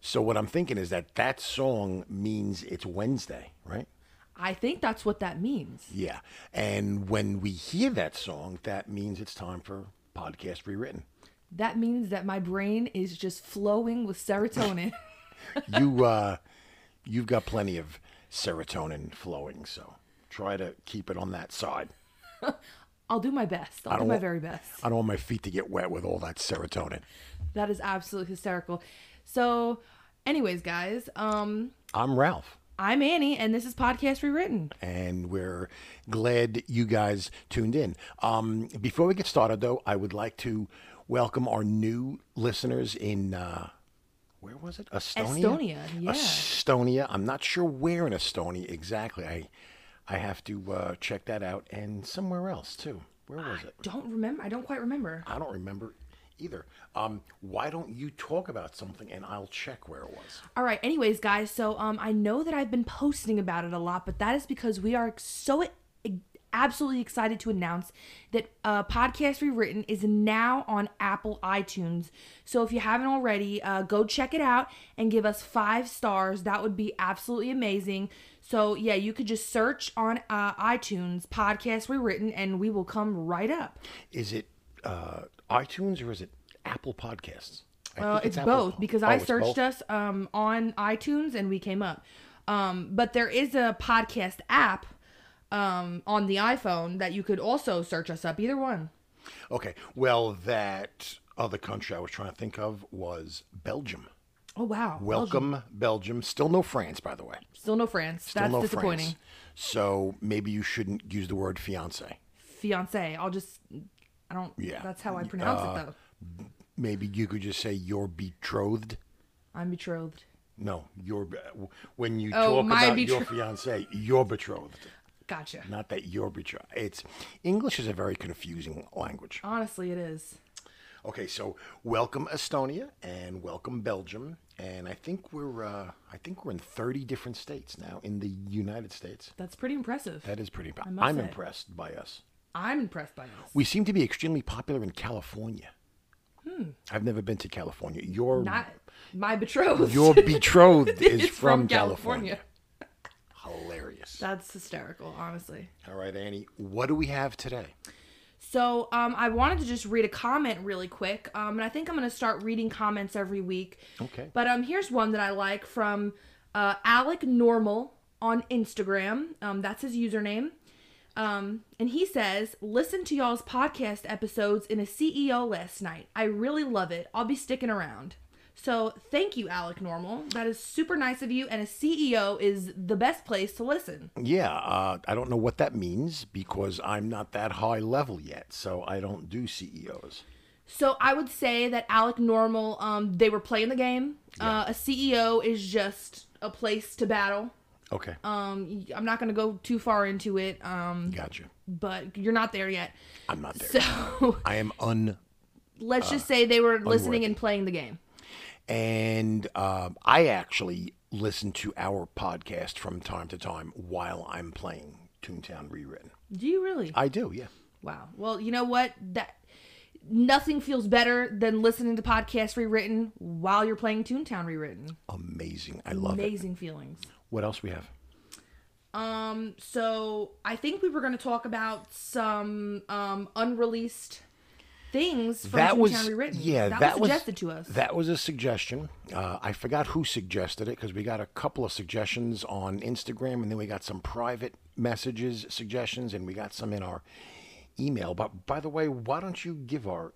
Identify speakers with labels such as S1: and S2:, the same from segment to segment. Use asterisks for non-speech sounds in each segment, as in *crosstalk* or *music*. S1: So what I'm thinking is that that song means it's Wednesday, right?
S2: I think that's what that means.
S1: Yeah. And when we hear that song, that means it's time for podcast rewritten.
S2: That means that my brain is just flowing with serotonin. *laughs*
S1: you uh you've got plenty of serotonin flowing, so try to keep it on that side.
S2: I'll do my best. I'll do
S1: don't
S2: my
S1: want-
S2: very best.
S1: I don't want my feet to get wet with all that serotonin.
S2: That is absolutely hysterical. So, anyways, guys, um,
S1: I'm Ralph.
S2: I'm Annie, and this is Podcast Rewritten.
S1: and we're glad you guys tuned in. Um, before we get started, though, I would like to welcome our new listeners in uh, where was it? Estonia.
S2: Estonia, yeah.
S1: Estonia. I'm not sure where in Estonia exactly. I I have to uh, check that out, and somewhere else too. Where was it?
S2: Don't remember. I don't quite remember.
S1: I don't remember either. Um, why don't you talk about something, and I'll check where it was.
S2: All right. Anyways, guys, so um, I know that I've been posting about it a lot, but that is because we are so e- absolutely excited to announce that uh, Podcast Rewritten is now on Apple iTunes. So if you haven't already, uh, go check it out and give us five stars. That would be absolutely amazing. So yeah, you could just search on uh, iTunes Podcast Rewritten, and we will come right up.
S1: Is it uh, iTunes or is it Apple Podcasts? I
S2: Uh,
S1: think
S2: it's
S1: Apple-
S2: both because
S1: Oh,
S2: I
S1: it's both?
S2: searched us um, on iTunes and we came up. Um, but there is a podcast app um, on the iPhone that you could also search us up. Either one.
S1: Okay. Well, that other country I was trying to think of was Belgium.
S2: Oh wow!
S1: Welcome, Belgium. Still no France, by the way.
S2: Still no France.
S1: Still
S2: That's
S1: no
S2: disappointing.
S1: France. So maybe you shouldn't use the word fiance.
S2: Fiance. I'll just. I don't.
S1: Yeah. uh,
S2: That's how I pronounce it though.
S1: Maybe you could just say your betrothed.
S2: I'm betrothed.
S1: No, your when you
S2: Oh,
S1: talk
S2: my
S1: about your
S2: betro-
S1: fiance, your betrothed.
S2: Gotcha.
S1: Not that you're betrothed. It's English is a very confusing language.
S2: Honestly, it is.
S1: Okay, so welcome Estonia and welcome Belgium, and I think we're uh, I think we're in thirty different states now in the United States.
S2: That's pretty impressive.
S1: That is pretty. imp-
S2: must
S1: I'm
S2: say.
S1: impressed by us.
S2: I'm impressed by this.
S1: We seem to be extremely popular in California. I've never been to California. Your
S2: Hmm. Not *laughs* my betrothed.
S1: your betrothed is
S2: *laughs* It's
S1: from, California. Hilarious.
S2: That's hysterical. Honestly.
S1: All right, Annie, what do we have today?
S2: So um, I wanted to just read a comment really quick, um, and I think I'm going to start reading comments every week.
S1: Okay.
S2: But um, here's one that I like from uh, Alec Normal on Instagram. Um, that's his username. Um, and he says, "Listen to y'all's podcast episodes in a CEO last night. I really love it. I'll be sticking around." So thank you, Alec Normal. That is super nice of you. And a CEO is the best place to listen.
S1: Yeah, uh, I don't know what that means because I'm not that high level yet, so I don't do E CEOs.
S2: So I would say that Alec Normal, um, they were playing the game. Uh, a CEO is just a place to battle.
S1: Okay,
S2: Um, y- I'm not gonna go too far into it, um,
S1: gotcha.
S2: but you're not there yet. *laughs*
S1: I'm not there.
S2: So
S1: I am un.
S2: let's
S1: Uh,
S2: just say they were listening and playing the game.
S1: And um, I actually listen to our podcast from time to time while I'm playing Toontown Rewritten.
S2: Do you really?
S1: I do, yeah.
S2: wow. Well, you know what? That nothing feels better than listening to podcasts rewritten while you're playing Toontown rewritten.
S1: Amazing. I love it.
S2: Amazing feelings.
S1: What else we have?
S2: Um, so I think we were going to talk about some um unreleased things from
S1: that
S2: Toontown
S1: was
S2: Rewritten.
S1: yeah.
S2: that, was suggested to us.
S1: That was a suggestion. Uh, I forgot who suggested it because we got a couple of suggestions on Instagram, and then we got some private messages suggestions, and we got some in our email. But by the way, why don't you give our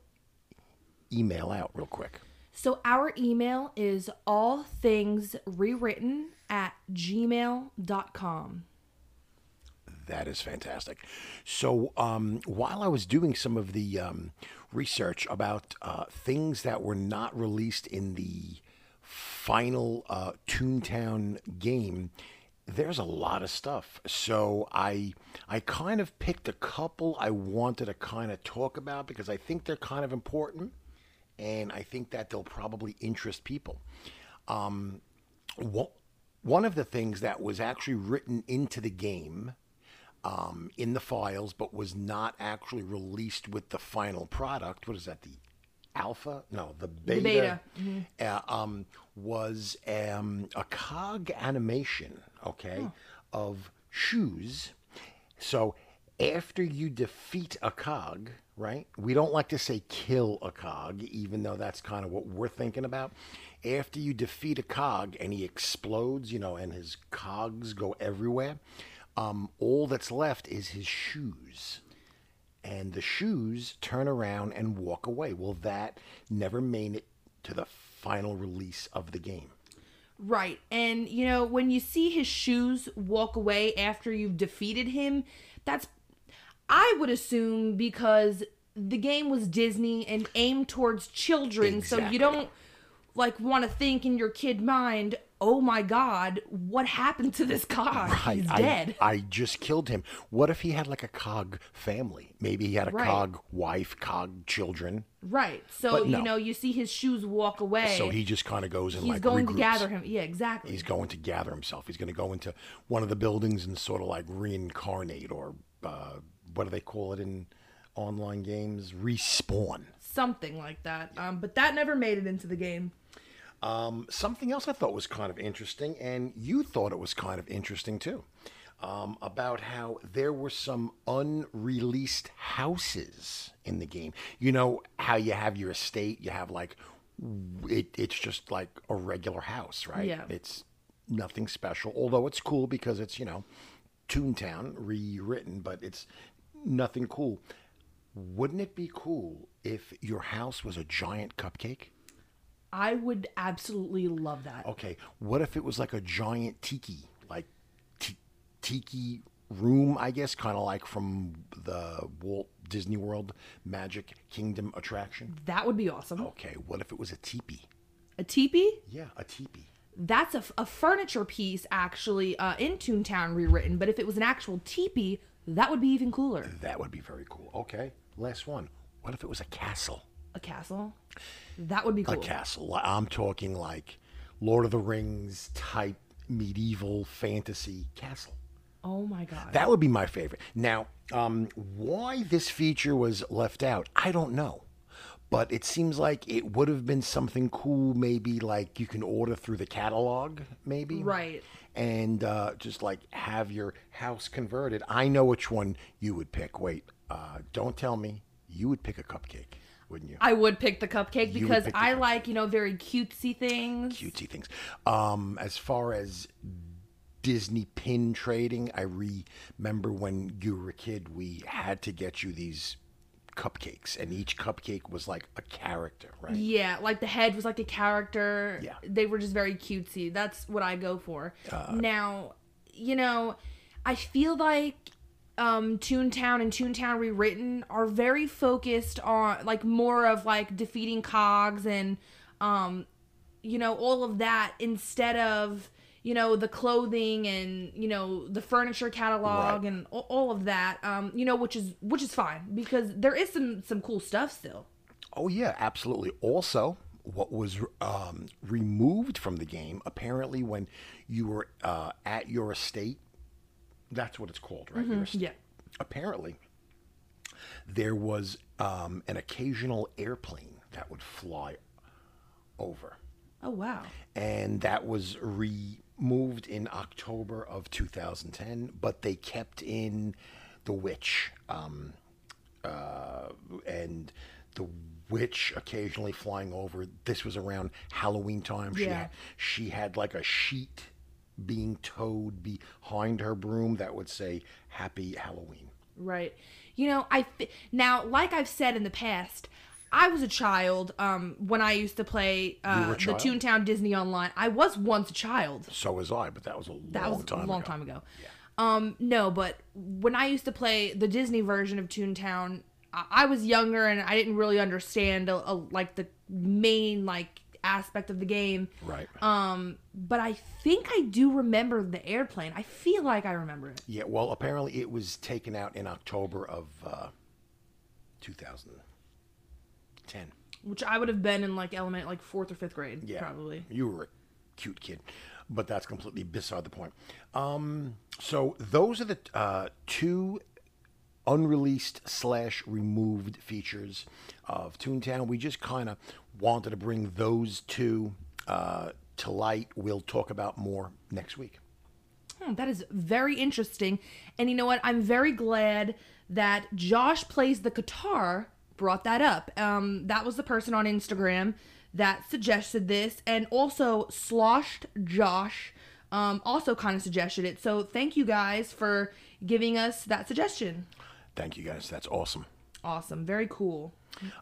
S1: email out real quick?
S2: So our email is all things rewritten at gmail.com.
S1: That is fantastic. So, um, while I was doing some of the um, research about uh, things that were not released in the final uh, Toontown game, there's a lot of stuff. So I I kind of picked a couple I wanted to kind of talk about because I think they're kind of important, and I think that they'll probably interest people one- one of the things that was actually written into the game um, in the files, but was not actually released with the final product. What is that? The alpha no the beta,
S2: beta,
S1: uh, um, was um, a cog animation okay of shoes so after you defeat a cog right we don't like to say kill a cog even though that's kind of what we're thinking about after you defeat a cog and he explodes you know and his cogs go everywhere um, all that's left is his shoes and the shoes turn around and walk away. Well, that never made it to the final release of the game.
S2: Right. And, you know, when you see his shoes walk away after you've defeated him, that's, I would assume, because the game was Disney and aimed towards children. So
S1: Exactly.
S2: you don't, like, want to think in your kid mind, oh my God, what happened to
S1: *laughs*
S2: this cog?
S1: I,
S2: He's
S1: I-
S2: dead.
S1: I, just killed him. What if he had like a cog family? Maybe he had a
S2: Right.
S1: cog wife, cog children.
S2: right. So,
S1: But no.
S2: you know, you see his shoes walk away.
S1: So he just kind of goes and
S2: He's
S1: like
S2: going
S1: regroups.
S2: to gather him. Yeah, exactly.
S1: He's going to gather himself. He's going to go into one of the buildings and sort of like reincarnate or uh, what do they call it in online games? Respawn.
S2: Something like that. Um, but that never made it into the game.
S1: something else I thought was kind of interesting, and you thought it was kind of interesting too, um, about how there were some unreleased houses in the game. You know how you have your estate, you have like it, it's just like a regular house, right?
S2: Yeah.
S1: It's nothing special, although it's cool because it's you know Toontown rewritten, but it's nothing cool. Wouldn't it be cool if your house was a giant cupcake?
S2: I would absolutely love that.
S1: Okay, what if it was like a giant tiki, like t- tiki room, I guess, kind of like from the Walt Disney World Magic Kingdom attraction?
S2: That would be awesome.
S1: Okay, what if it was a teepee?
S2: A teepee?
S1: Yeah, a teepee.
S2: That's a, f- a furniture piece, actually, uh, in Toontown rewritten. But if it was an actual teepee, that would be even cooler.
S1: That would be very cool. Okay, last one. What if it was a castle?
S2: A castle? That would be cool.
S1: A castle. Li- I'm talking like Lord of the Rings type medieval fantasy castle.
S2: oh my god.
S1: That would be my favorite. Now, um, why this feature was left out, I don't know. But it seems like it would have been something cool, maybe like you can order through the catalog, maybe.
S2: Right.
S1: And uh, just like have your house converted. I know which one you would pick. Wait, uh, don't tell me. You would pick a cupcake, wouldn't you?
S2: I would pick the cupcake
S1: You would
S2: because
S1: pick the
S2: I like, you know, very cutesy things.
S1: cutesy things. Um, as far as Disney pin trading, I remember when you were a kid, we had to get you these cupcakes, and each cupcake was like a character, right?
S2: Yeah, like the head was like a character.
S1: Yeah.
S2: They were just very cutesy. That's what I go for. now, you know, I feel like um Toontown and Toontown Rewritten are very focused on like more of like defeating cogs and um you know all of that instead of you know the clothing and you know the furniture catalog
S1: Right.
S2: and a- all of that um you know which is which is fine because there is some some cool stuff still
S1: Oh, yeah, absolutely. Also, what was um, removed from the game, apparently, when you were uh, at your estate, that's what it's called, right? Your estate.
S2: yeah
S1: apparently there was um, an occasional airplane that would fly over
S2: oh wow
S1: and that was removed in october of 2010 but they kept in the witch um, uh, and the witch occasionally flying over this was around halloween time she
S2: Yeah.
S1: had, she had like a sheet being towed behind her broom that would say happy halloween
S2: Right. You know, I fi- now like I've said in the past, I was a child um when I used to play
S1: were
S2: uh,
S1: a
S2: the
S1: child?
S2: Toontown Disney Online. I was once a child.
S1: So was I, but that was a long
S2: That was
S1: time
S2: a long
S1: ago.
S2: time ago. Um no, but when I used to play the Disney version of Toontown, I, I was younger and I didn't really understand a, a, like the main like aspect of the game.
S1: Right.
S2: Um but I think I do remember the airplane. I feel like I remember it.
S1: yeah, well, apparently it was taken out in October of uh, 2010.
S2: Which I would have been in like element like fourth or fifth grade,
S1: Yeah.
S2: probably.
S1: You were a cute kid, but that's completely beside the point. Um, so those are the uh, two unreleased slash removed features of Toontown. We just kind of wanted to bring those two uh, to light. We'll talk about more next week.
S2: Hmm, that is very interesting. And you know what? I'm very glad that Josh plays the guitar brought that up. Um, that was the person on Instagram that suggested this, and also Sloshed Josh um, also kind of suggested it. So thank you guys for giving us that suggestion.
S1: Thank you guys. That's awesome.
S2: Awesome. Very cool.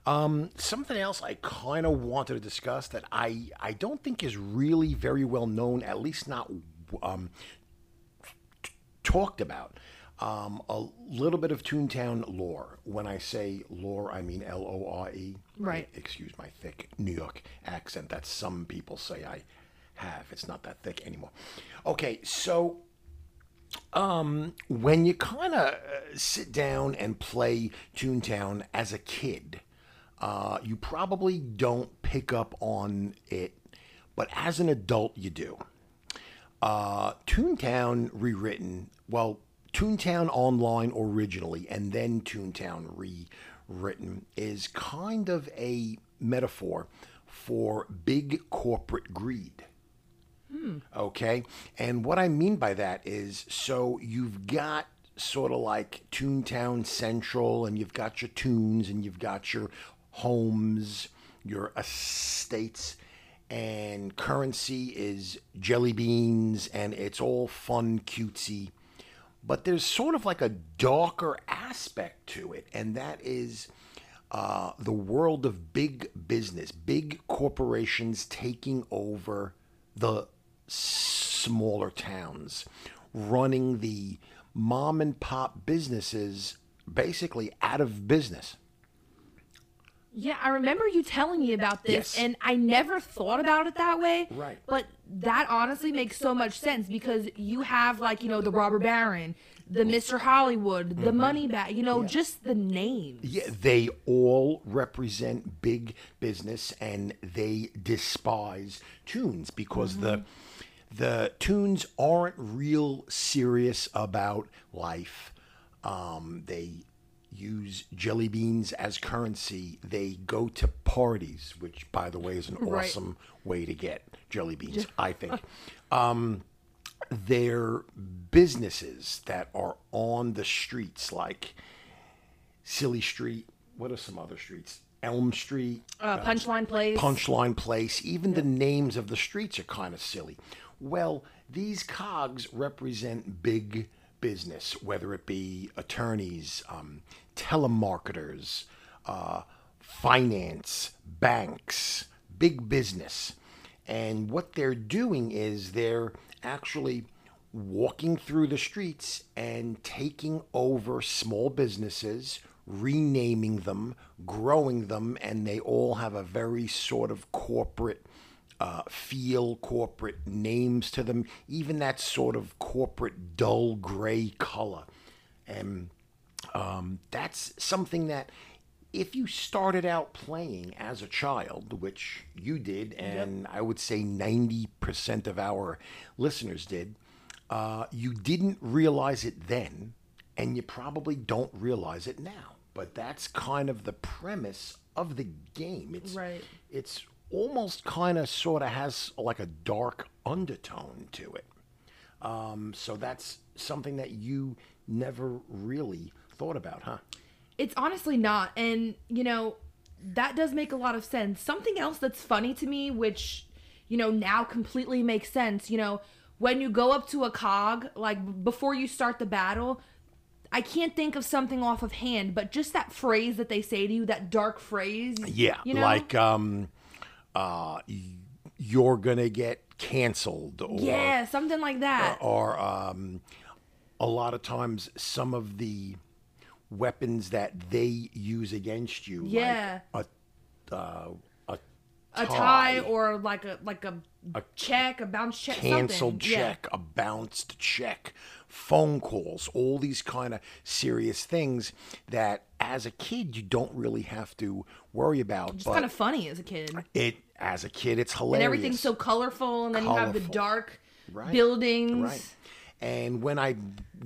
S1: Something else I kind of wanted to discuss that I I don't think is really very well known, at least not um, t- talked about. Um, a little bit of Toontown lore. When I say lore, I mean L O R E.
S2: Right.
S1: Excuse my thick New York accent that some people say I have. It's not that thick anymore. Okay, so when you kind of sit down and play Toontown as a kid, uh, you probably don't pick up on it, but as an adult, you do. Uh, Toontown rewritten, well, Toontown Online originally, and then Toontown rewritten is kind of a metaphor for big corporate greed. Okay. And what I mean by that is so you've got sort of like Toontown Central, and you've got your tunes, and you've got your homes, your estates, and currency is jelly beans, and it's all fun, cutesy. But there's sort of like a darker aspect to it, and that is uh, the world of big business, big corporations taking over the smaller towns, running the mom and pop businesses basically out of business.
S2: Yeah, I remember you telling me about this,
S1: Yes.
S2: and I never thought about it that way.
S1: Right.
S2: But that honestly makes so much sense because you have, like, you know, the Robber Baron, the Mr. Hollywood,
S1: Mm-hmm.
S2: the Money Bag, you know, just the names.
S1: Yeah, they all represent big business and they despise tunes because the the tunes aren't real serious about life. Um, they use jelly beans as currency. They go to parties, which by the way is an
S2: Right.
S1: awesome way to get jelly beans, I think. Um their businesses that are on the streets like Silly Street. What are some other streets? Elm Street,
S2: Uh, punchline plays.
S1: Punchline Place. Even the names of the streets are kind of silly. Well, these cogs represent big business, whether it be attorneys, um, telemarketers, uh, finance, banks, big business. And what they're doing is they're actually walking through the streets and taking over small businesses, renaming them, growing them, and they all have a very sort of corporate uh, feel, corporate names to them, even that sort of corporate dull gray color. And um, that's something that if you started out playing as a child, which you did, and I would say 90% of our listeners did, uh, you didn't realize it then, and you probably don't realize it now. But that's kind of the premise of the game. It's
S2: Right.
S1: it's almost kind of sort of has like a dark undertone to it. Um, so that's something that you never really thought about, huh?
S2: It's honestly not. And, you know, that does make a lot of sense. Something else that's funny to me, which, you know, now completely makes sense, you know, when you go up to a cog, like b- before you start the battle, I can't think of something off of hand, but just that phrase that they say to you, that dark phrase.
S1: Yeah,
S2: You know?
S1: like um, uh, y- you're gonna get canceled, or
S2: Yeah, something like that.
S1: or um, a lot of times some of the weapons that they use against you,
S2: Yeah.
S1: like a uh, a
S2: a tie or like a like a, check, a bounce check. something.
S1: canceled
S2: Yeah.
S1: check, a bounced check, phone calls, all these kind of serious things that as a kid you don't really have to worry about.
S2: It's
S1: but
S2: kind of funny as a kid.
S1: it as a kid it's hilarious.
S2: and everything's so colorful and then you have the
S1: Colorful.
S2: dark
S1: Right.
S2: buildings
S1: right. And when I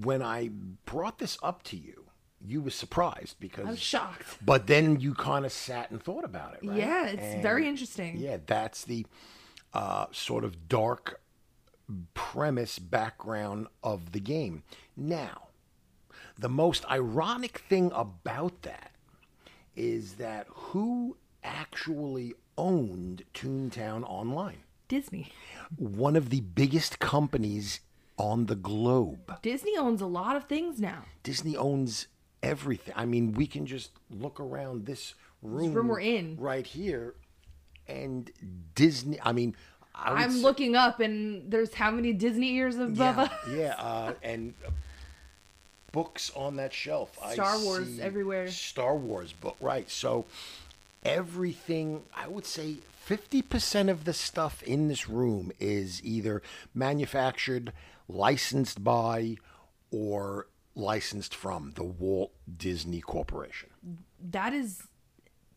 S1: when I brought this up to you, you were surprised because
S2: I was shocked.
S1: But then you kind of sat and thought about it, right?
S2: Yeah, it's
S1: And-
S2: very interesting.
S1: Yeah, that's the uh, sort of dark premise background of the game. Now, the most ironic thing about that is that who actually owned Toontown Online?
S2: Disney.
S1: One of the biggest companies on the globe.
S2: Disney owns a lot of things now.
S1: Disney owns everything. I mean, we can just look around this room,
S2: room we're in.
S1: right here, and Disney. I mean, I would
S2: I'm
S1: say-
S2: looking up, and there's how many Disney ears above
S1: yeah,
S2: us?
S1: yeah, uh, and uh, books on that shelf. I
S2: Star Wars
S1: see
S2: everywhere.
S1: Star Wars book, right? So everything. I would say. 50% of the stuff in this room is either manufactured, licensed by, or licensed from the Walt Disney Corporation.
S2: *laughs* That is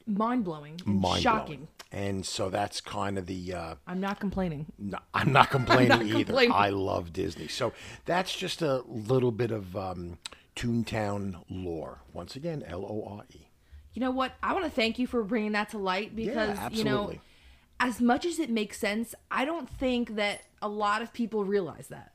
S2: mind blowing and
S1: mind
S2: shocking.
S1: And so that's kind of the. Uh,
S2: I'm not complaining.
S1: no, I'm not complaining either.
S2: complaining.
S1: I love Disney. So that's just a little bit of um, Toontown lore. Once again, L O R E.
S2: You know what? I want to thank you for bringing that to light because, you know,
S1: absolutely.
S2: as much as it makes sense, I don't think that a lot of people realize that.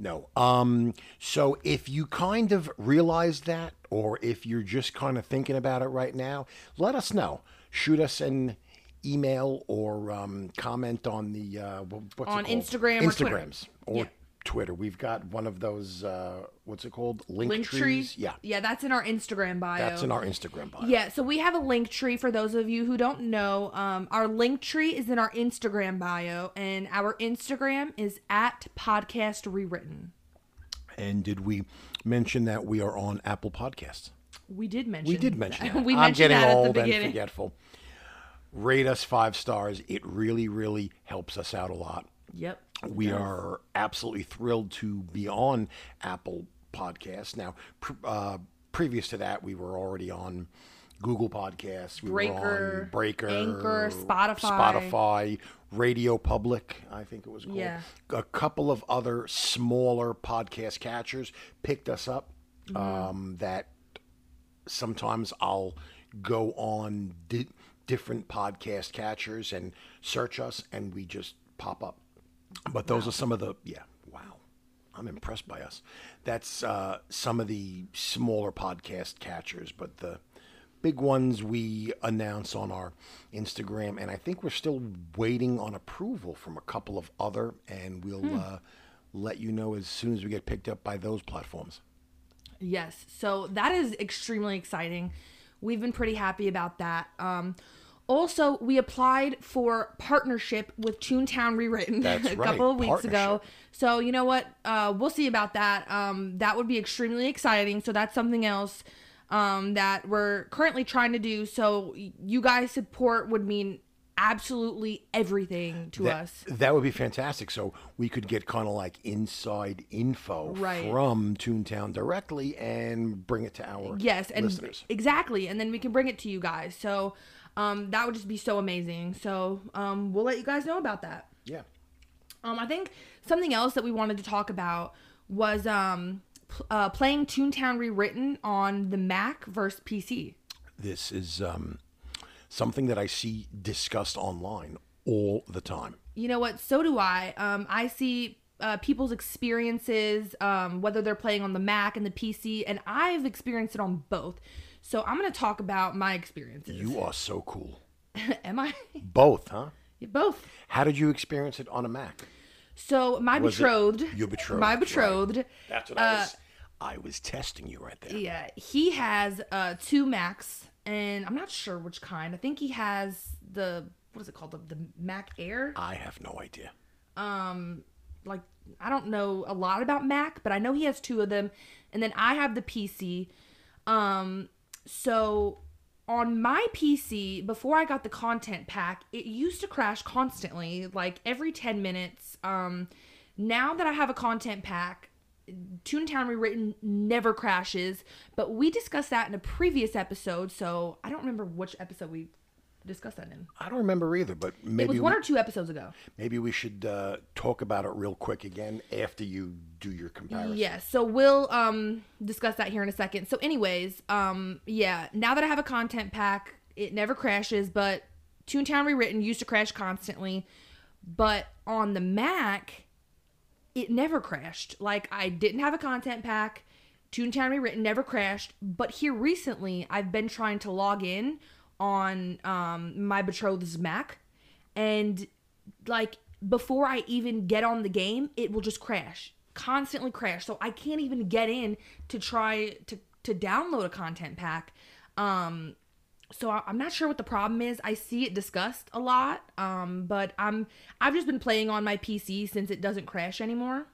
S1: No. Um, so if you kind of realize that, or if you're just kind of thinking about it right now, let us know. Shoot us an email or um, comment on the uh, wha- what's
S2: On
S1: it called?
S2: Instagram or Twitter.
S1: Instagrams or
S2: Yeah.
S1: Twitter. We've got one of those. Uh, what's it called? Link,
S2: Link
S1: trees.
S2: tree.
S1: Yeah,
S2: Yeah, that's in our Instagram bio.
S1: that's in our Instagram bio.
S2: Yeah, so we have a link tree for those of you who don't know. Um, our link tree is in our Instagram bio, and our Instagram is at podcast rewritten.
S1: And did we mention that we are on Apple Podcasts?
S2: We did mention.
S1: We did
S2: *laughs*
S1: mention
S2: that.
S1: that.
S2: we
S1: I'm
S2: mentioned
S1: getting
S2: that at
S1: old
S2: the
S1: and
S2: beginning.
S1: forgetful. Rate us five stars. It really, really helps us out a lot.
S2: Yep.
S1: We are absolutely thrilled to be on Apple Podcasts. Now, pr- uh, previous to that, we were already on Google Podcasts, we were
S2: Breaker,
S1: on Breaker,
S2: Anchor, Spotify.
S1: Spotify, Radio Public, I think it was called.
S2: Yeah.
S1: A couple of other smaller podcast catchers picked us up
S2: Mm-hmm.
S1: um, that sometimes I'll go on di- different podcast catchers and search us, and we just pop up. But those are some of the yeah. Wow, I'm impressed by us. That's uh, some of the smaller podcast catchers, but the big ones we announce on our Instagram, and I think we're still waiting on approval from a couple of other, and we'll. Uh, let you know as soon as we get picked up by those platforms.
S2: Yes. So that is extremely exciting. We've been pretty happy about that. Um, also, we applied for partnership with Toontown Rewritten *laughs*
S1: That's
S2: a
S1: right,
S2: couple of weeks ago.
S1: partnership.
S2: So you know what? Uh, we'll see about that. Um, that would be extremely exciting. So that's something else um, that we're currently trying to do. So y- you guys' support would mean absolutely everything to
S1: that,
S2: us.
S1: Eh, That would be fantastic. So we could get kind of like inside info
S2: Right.
S1: from Toontown directly and bring it to our
S2: Yes, and
S1: listeners.
S2: exactly, and then we can bring it to you guys. So um, that would just be so amazing. So um, we'll let you guys know about that.
S1: Yeah.
S2: Um, I think something else that we wanted to talk about was um, pl- uh, playing Toontown Rewritten on the Mac versus PC.
S1: This is um, something that I see discussed online all the time.
S2: You know what? So do I. Um, I see uh, people's experiences, um, whether they're playing on the Mac and the PC, and I've experienced it on both. So I'm going to talk about my experiences. *laughs*
S1: You are so cool.
S2: Am I? *laughs*
S1: Both, huh?
S2: both.
S1: How did you experience it on a Mac?
S2: So my
S1: Was it-
S2: betrothed,
S1: Your betrothed.
S2: my
S1: right.
S2: betrothed,
S1: That's what I was. I was testing you right there.
S2: yeah, he has uh two Macs, and I'm not sure which kind. I think he has the what is it called, the, the Mac Air.
S1: I have no idea.
S2: Like I don't know a lot about Mac, but I know he has two of them, and then I have the PC. Um, so on my PC, before I got the content pack, it used to crash constantly, like every 10 minutes. Um, now that I have a content pack, Toontown Rewritten never crashes, but we discussed that in a previous episode, so I don't remember which episode we discuss that in.
S1: I don't remember either, but
S2: It was
S1: maybe
S2: one
S1: we,
S2: or two episodes ago.
S1: maybe we should uh, talk about it real quick again after you do your comparison.
S2: Yeah, so we'll um discuss that here in a second. So anyways, um yeah, now that I have a content pack, it never crashes, but Toontown rewritten used to crash constantly, but on the Mac it never crashed. Like I didn't have a content pack. Toontown rewritten never crashed, but here recently I've been trying to log in on um my betrothed's Mac and like before I even get on the game, it will just crash, constantly crash. So I can't even get in to try to to download a content pack. Um, so I, I'm not sure what the problem is. I see it discussed a lot, um, but I'm I've just been playing on my PC since it doesn't crash anymore.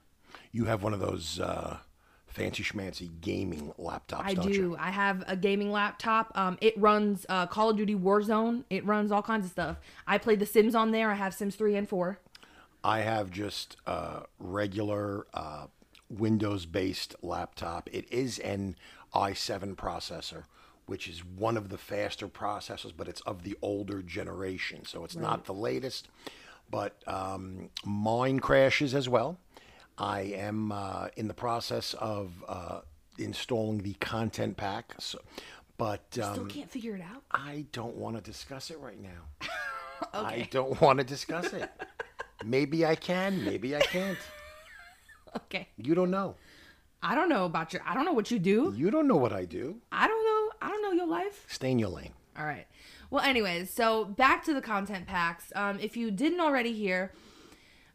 S1: You have one of those uh, fancy schmancy gaming laptops,
S2: I
S1: don't
S2: do.
S1: you?
S2: I have a gaming laptop. Um, it runs uh, Call of Duty Warzone. It runs all kinds of stuff. I play The Sims on there. I have Sims three and four.
S1: I have just a regular uh, Windows based laptop. It is an i7 processor, which is one of the faster processors, but it's of the older generation. So it's not the latest, but um, mine crashes as well. I am uh, in the process of uh, installing the content pack, so, but um,
S2: Still can't figure it out.
S1: I don't want to discuss it right now. I don't want to discuss it. maybe I can, maybe I can't.
S2: *laughs* Okay.
S1: You don't know.
S2: I don't know about your. I don't know what you do.
S1: You don't know what I do.
S2: I don't know. I don't know your life.
S1: Stay in your lane.
S2: All right. Well, anyways, so back to the content packs. Um, if you didn't already hear,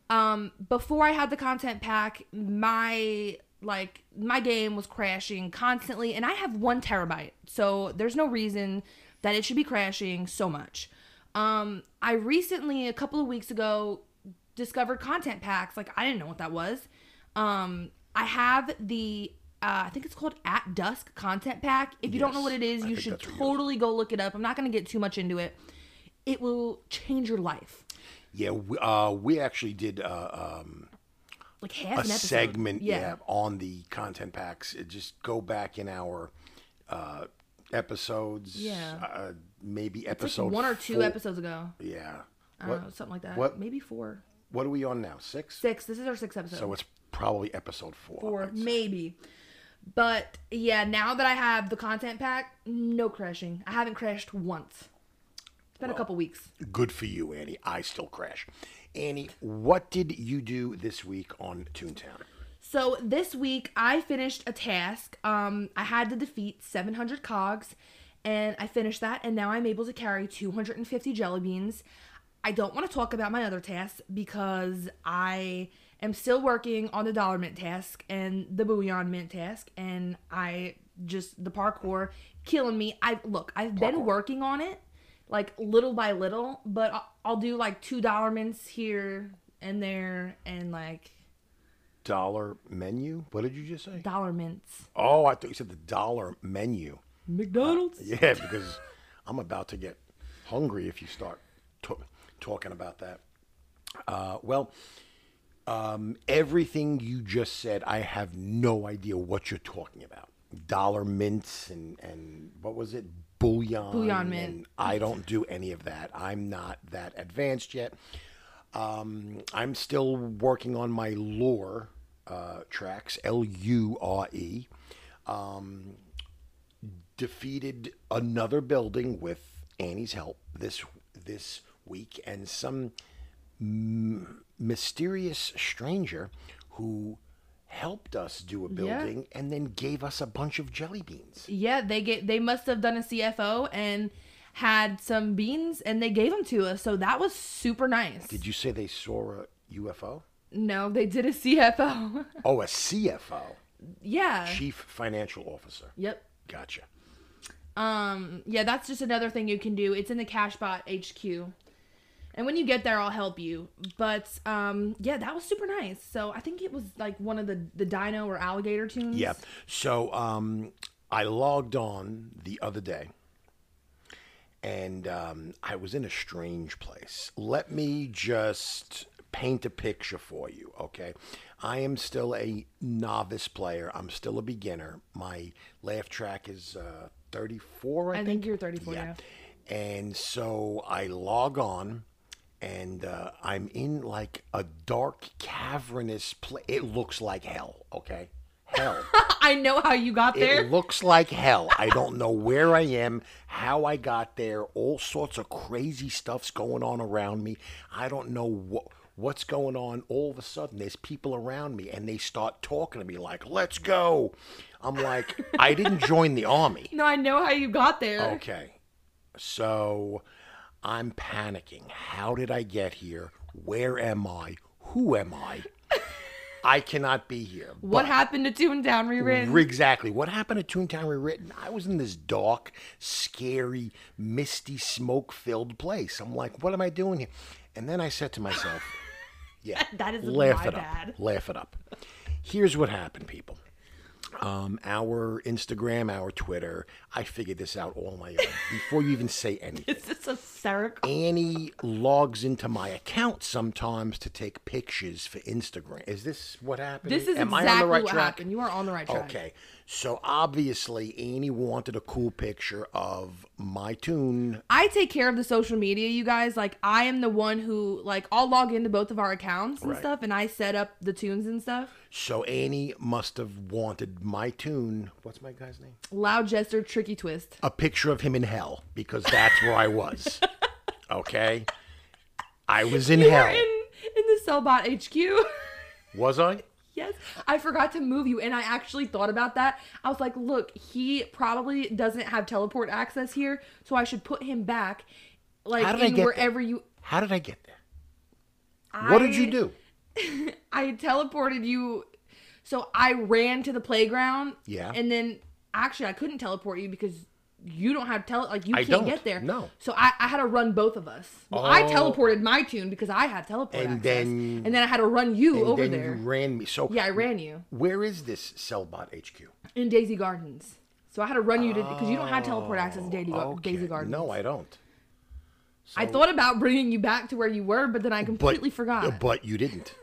S2: um, before I had the content pack, my like my game was crashing constantly, and I have one terabyte, so there's no reason that it should be crashing so much. Um, I recently, a couple of weeks ago, discovered content packs. Like I didn't know what that was. Um, I have the uh, I think it's called At Dusk content pack. If you don't know
S1: Yes,
S2: what it is,
S1: I
S2: you
S1: think
S2: should
S1: that's what yours
S2: totally go look it up. I'm not gonna get too much into it. It will change your life.
S1: Yeah, we, uh, we actually did uh,
S2: Like half
S1: a
S2: an episode.
S1: segment yeah. on the content packs. It just go back in our uh, episodes.
S2: Yeah.
S1: Uh, maybe
S2: It's
S1: episode
S2: like one or two
S1: four-
S2: episodes ago.
S1: Yeah.
S2: I don't
S1: What,
S2: know, something like that.
S1: what-
S2: Maybe four,
S1: what are we on now? Six?
S2: six. This is our sixth episode.
S1: So it's probably episode four.
S2: four, maybe. But yeah, now that I have the content pack, no crashing. I haven't crashed once. It's been a couple weeks.
S1: Good for you, Annie. I still crash. Annie, what did you do this week on Toontown?
S2: So this week I finished a task. Um, I had to defeat 700 cogs, and I finished that. And now I'm able to carry 250 jelly beans. I don't want to talk about my other tasks because I am still working on the dollar mint task and the bouillon mint task, and I just the parkour killing me. I look, I've been working on it like little by little, but I'll, I'll do like two dollar mints here and there, and like
S1: Dollar menu? What did you just say?
S2: dollar mints.
S1: Oh, I thought you said the dollar menu.
S2: McDonald's. *laughs*
S1: Yeah, because I'm about to get hungry if you start t- talking about that. Uh, well, um, everything you just said, I have no idea what you're talking about. Dollar mints and, and what was it? Bouillon.
S2: Bouillon
S1: and
S2: mint.
S1: I don't do any of that. I'm not that advanced yet. Um, I'm still working on my lore uh, tracks, L U R E defeated another building with Annie's help this this week, and some m- mysterious stranger who helped us do a building and then gave us a bunch of jelly beans.
S2: Yeah, they get they must have done a CFO and had some beans and they gave them to us. So that was super nice.
S1: Did you say they saw a UFO?
S2: no, they did a CFO.
S1: Oh, a CFO,
S2: *laughs* yeah.
S1: Chief Financial Officer.
S2: yep.
S1: Gotcha.
S2: Um yeah, that's just another thing you can do. It's in the Cashbot HQ. And when you get there, I'll help you. But um yeah, that was super nice. So I think it was like one of the the dino or alligator tunes.
S1: Yeah. So um, I logged on the other day, and um, I was in a strange place. Let me just paint a picture for you, okay? I am still a novice player. I'm still a beginner. My laugh track is uh, 34, I,
S2: I
S1: think.
S2: think you're 34 now.
S1: And so I log on and uh, I'm in like a dark, cavernous place. It looks like hell, okay? Hell.
S2: *laughs* I know how you got there.
S1: It looks like hell. I don't know where I am, how I got there. All sorts of crazy stuff's going on around me. I don't know what what's going on. All of a sudden, there's people around me, and they start talking to me like, "Let's go." I'm like, I didn't join the army.
S2: no, I know how you got there.
S1: Okay, so I'm panicking. How did I get here? Where am I? Who am I? I cannot be here.
S2: What happened to Toon Town rewritten?
S1: Exactly. What happened to Toontown Rewritten? I was in this dark, scary, misty, smoke filled place. I'm like, what am I doing here? And then I said to
S2: *laughs*
S1: myself, yeah,
S2: That is
S1: laugh
S2: my
S1: it
S2: bad. *laughs*
S1: up. Laugh it up. Here's what happened, people. Um, our Instagram, our Twitter, I figured this out all on my own before you even say
S2: *laughs*
S1: anything.
S2: It's just hysterical.
S1: Annie logs into my account sometimes to take pictures for Instagram. Is this what happened?
S2: This is
S1: Am
S2: exactly
S1: I on the right
S2: what
S1: track?
S2: happened. You are on the right track.
S1: Okay. So obviously, Annie wanted a cool picture of my tune.
S2: I take care of the social media, you guys. Like I am the one who like I'll log into both of our accounts and
S1: Right.
S2: stuff and I set up the tunes and stuff.
S1: So Annie must have wanted my tune. What's my guy's name?
S2: Loud Jester Tricky Twist.
S1: A picture of him in hell because that's where I
S2: *laughs*
S1: was. Okay. I was in
S2: You were
S1: hell.
S2: in in the Cellbot HQ.
S1: Was I?
S2: *laughs* yes. I forgot to move you and I actually thought about that. I was like, look, he probably doesn't have teleport access here, so I should put him back like
S1: How did I
S2: in
S1: get
S2: wherever you
S1: How did I get there? What did you
S2: I-
S1: do?
S2: I teleported you. So I ran to the playground.
S1: Yeah.
S2: And then actually, I couldn't teleport you because you don't have tele. Like you
S1: I
S2: can't
S1: don't,
S2: get there.
S1: no.
S2: So I, I had to run both of us. Well, I
S1: Oh.
S2: teleported my tune because I had teleport
S1: And
S2: access.
S1: then-
S2: and then I had to run you over
S1: then
S2: there.
S1: you ran me. So
S2: yeah, I ran you
S1: where is this Cellbot HQ?
S2: in Daisy Gardens. So I had to run you to because you don't have teleport access to Daisy, Gar-
S1: Oh, Okay.
S2: Daisy Gardens.
S1: No, I don't.
S2: I
S1: So-
S2: thought about bringing you back to where you were, but then I completely forgot.
S1: But you didn't,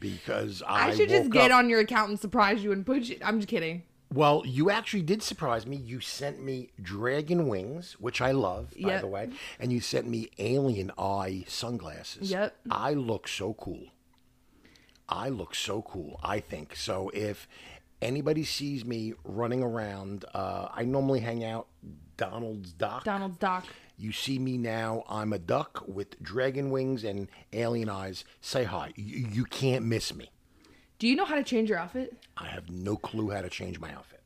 S1: because uh, I,
S2: I should just
S1: woke
S2: get
S1: up-
S2: on your account and surprise you and push it. I'm just kidding.
S1: Well, you actually did surprise me. You sent me Dragon Wings, which I love, by
S2: Yep.
S1: the way, and you sent me Alien Eye sunglasses.
S2: Yep.
S1: I look so cool. I look so cool. I think so. If anybody sees me running around, uh, I normally hang out Donald's dock.
S2: Donald's doc.
S1: You see me now. I'm a duck with dragon wings and alien eyes. Say hi. You, you can't miss me.
S2: Do you know how to change your outfit?
S1: I have no clue how to change my outfit.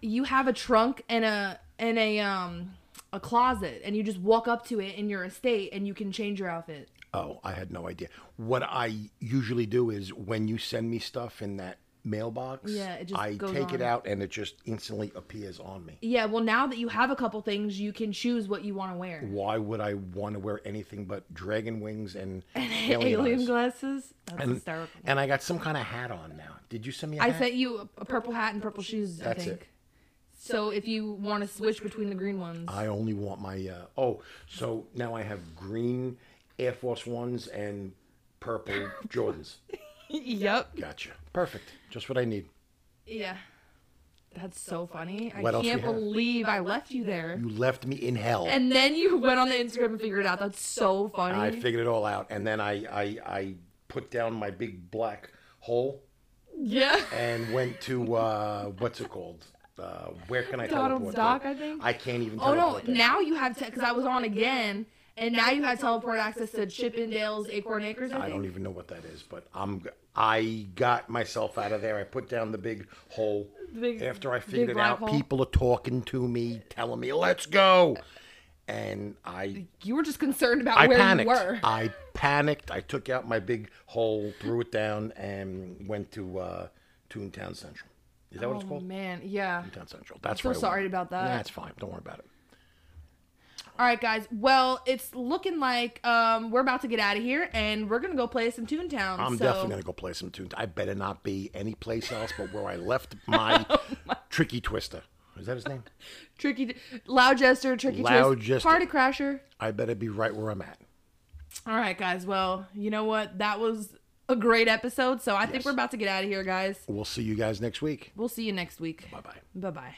S2: You have a trunk and a and a um a closet and you just walk up to it in your estate and you can change your outfit.
S1: Oh, I had no idea. What I usually do is when you send me stuff in that mailbox,
S2: Yeah, it just
S1: I
S2: goes
S1: take it
S2: on.
S1: out and it just instantly appears on me.
S2: Yeah, well now that you have a couple things, you can choose what you want to wear.
S1: Why would I want to wear anything but dragon wings
S2: *laughs*
S1: and alien,
S2: Alien,
S1: eyes?
S2: glasses? That's hysterical.
S1: And I got some kind of hat on now. Did you send me a
S2: I
S1: hat?
S2: sent you a, a purple hat and purple shoes, I
S1: That's
S2: think.
S1: it.
S2: So if you want to switch between the green ones. *laughs*
S1: I only want my uh, oh, so now I have green Air Force Ones and
S2: *laughs*
S1: purple Jordans.
S2: yep.
S1: Gotcha. Perfect. Just what I need.
S2: Yeah. That's so funny.
S1: What
S2: I
S1: else
S2: can't
S1: we have?
S2: believe I left you there.
S1: You left me in hell.
S2: And then you went on the Instagram and figured it out. That's so funny.
S1: I figured it all out, and then I I, I put down my big black hole
S2: yeah.
S1: and went to uh, what's it called? Uh, where can I teleport?
S2: Donald's
S1: to?
S2: Dock, I think.
S1: I can't even.
S2: Oh no!
S1: teleport there.
S2: Now you have because I was on again, and now you have teleport access to Chippendales, Acorn Acres. I
S1: I don't
S2: think.
S1: even know what that is, but I'm g- I got myself out of there. I put down the big hole.
S2: The big-
S1: After I
S2: big
S1: figured it
S2: black
S1: out,
S2: hole.
S1: people are talking to me, telling me, "Let's go," and I
S2: You were just concerned about
S1: I
S2: where
S1: panicked.
S2: you were.
S1: I panicked. I took out my big hole, threw it down, and went to uh, Toontown Central. Is that what it's
S2: oh
S1: called?
S2: man, yeah.
S1: Toontown Central. That's
S2: so
S1: where I
S2: sorry
S1: went.
S2: about that.
S1: Nah, it's fine. Don't worry about it.
S2: All right, guys. Well, it's looking like um we're about to get out of here, and we're gonna go play some Toontown.
S1: I'm
S2: so.
S1: definitely gonna go play some Toontown. I better not be any place else but where I left my,
S2: *laughs* Oh
S1: Tricky Twister. Is that his name?
S2: tricky, loud jester, tricky
S1: Loud
S2: twist,
S1: Jester.
S2: party crasher.
S1: I better be right where I'm at.
S2: All right, guys. Well, you know what? That was a great episode. So I think we're about to get out of here, guys.
S1: We'll see you guys next week.
S2: We'll see you next week.
S1: Bye bye.
S2: Bye bye.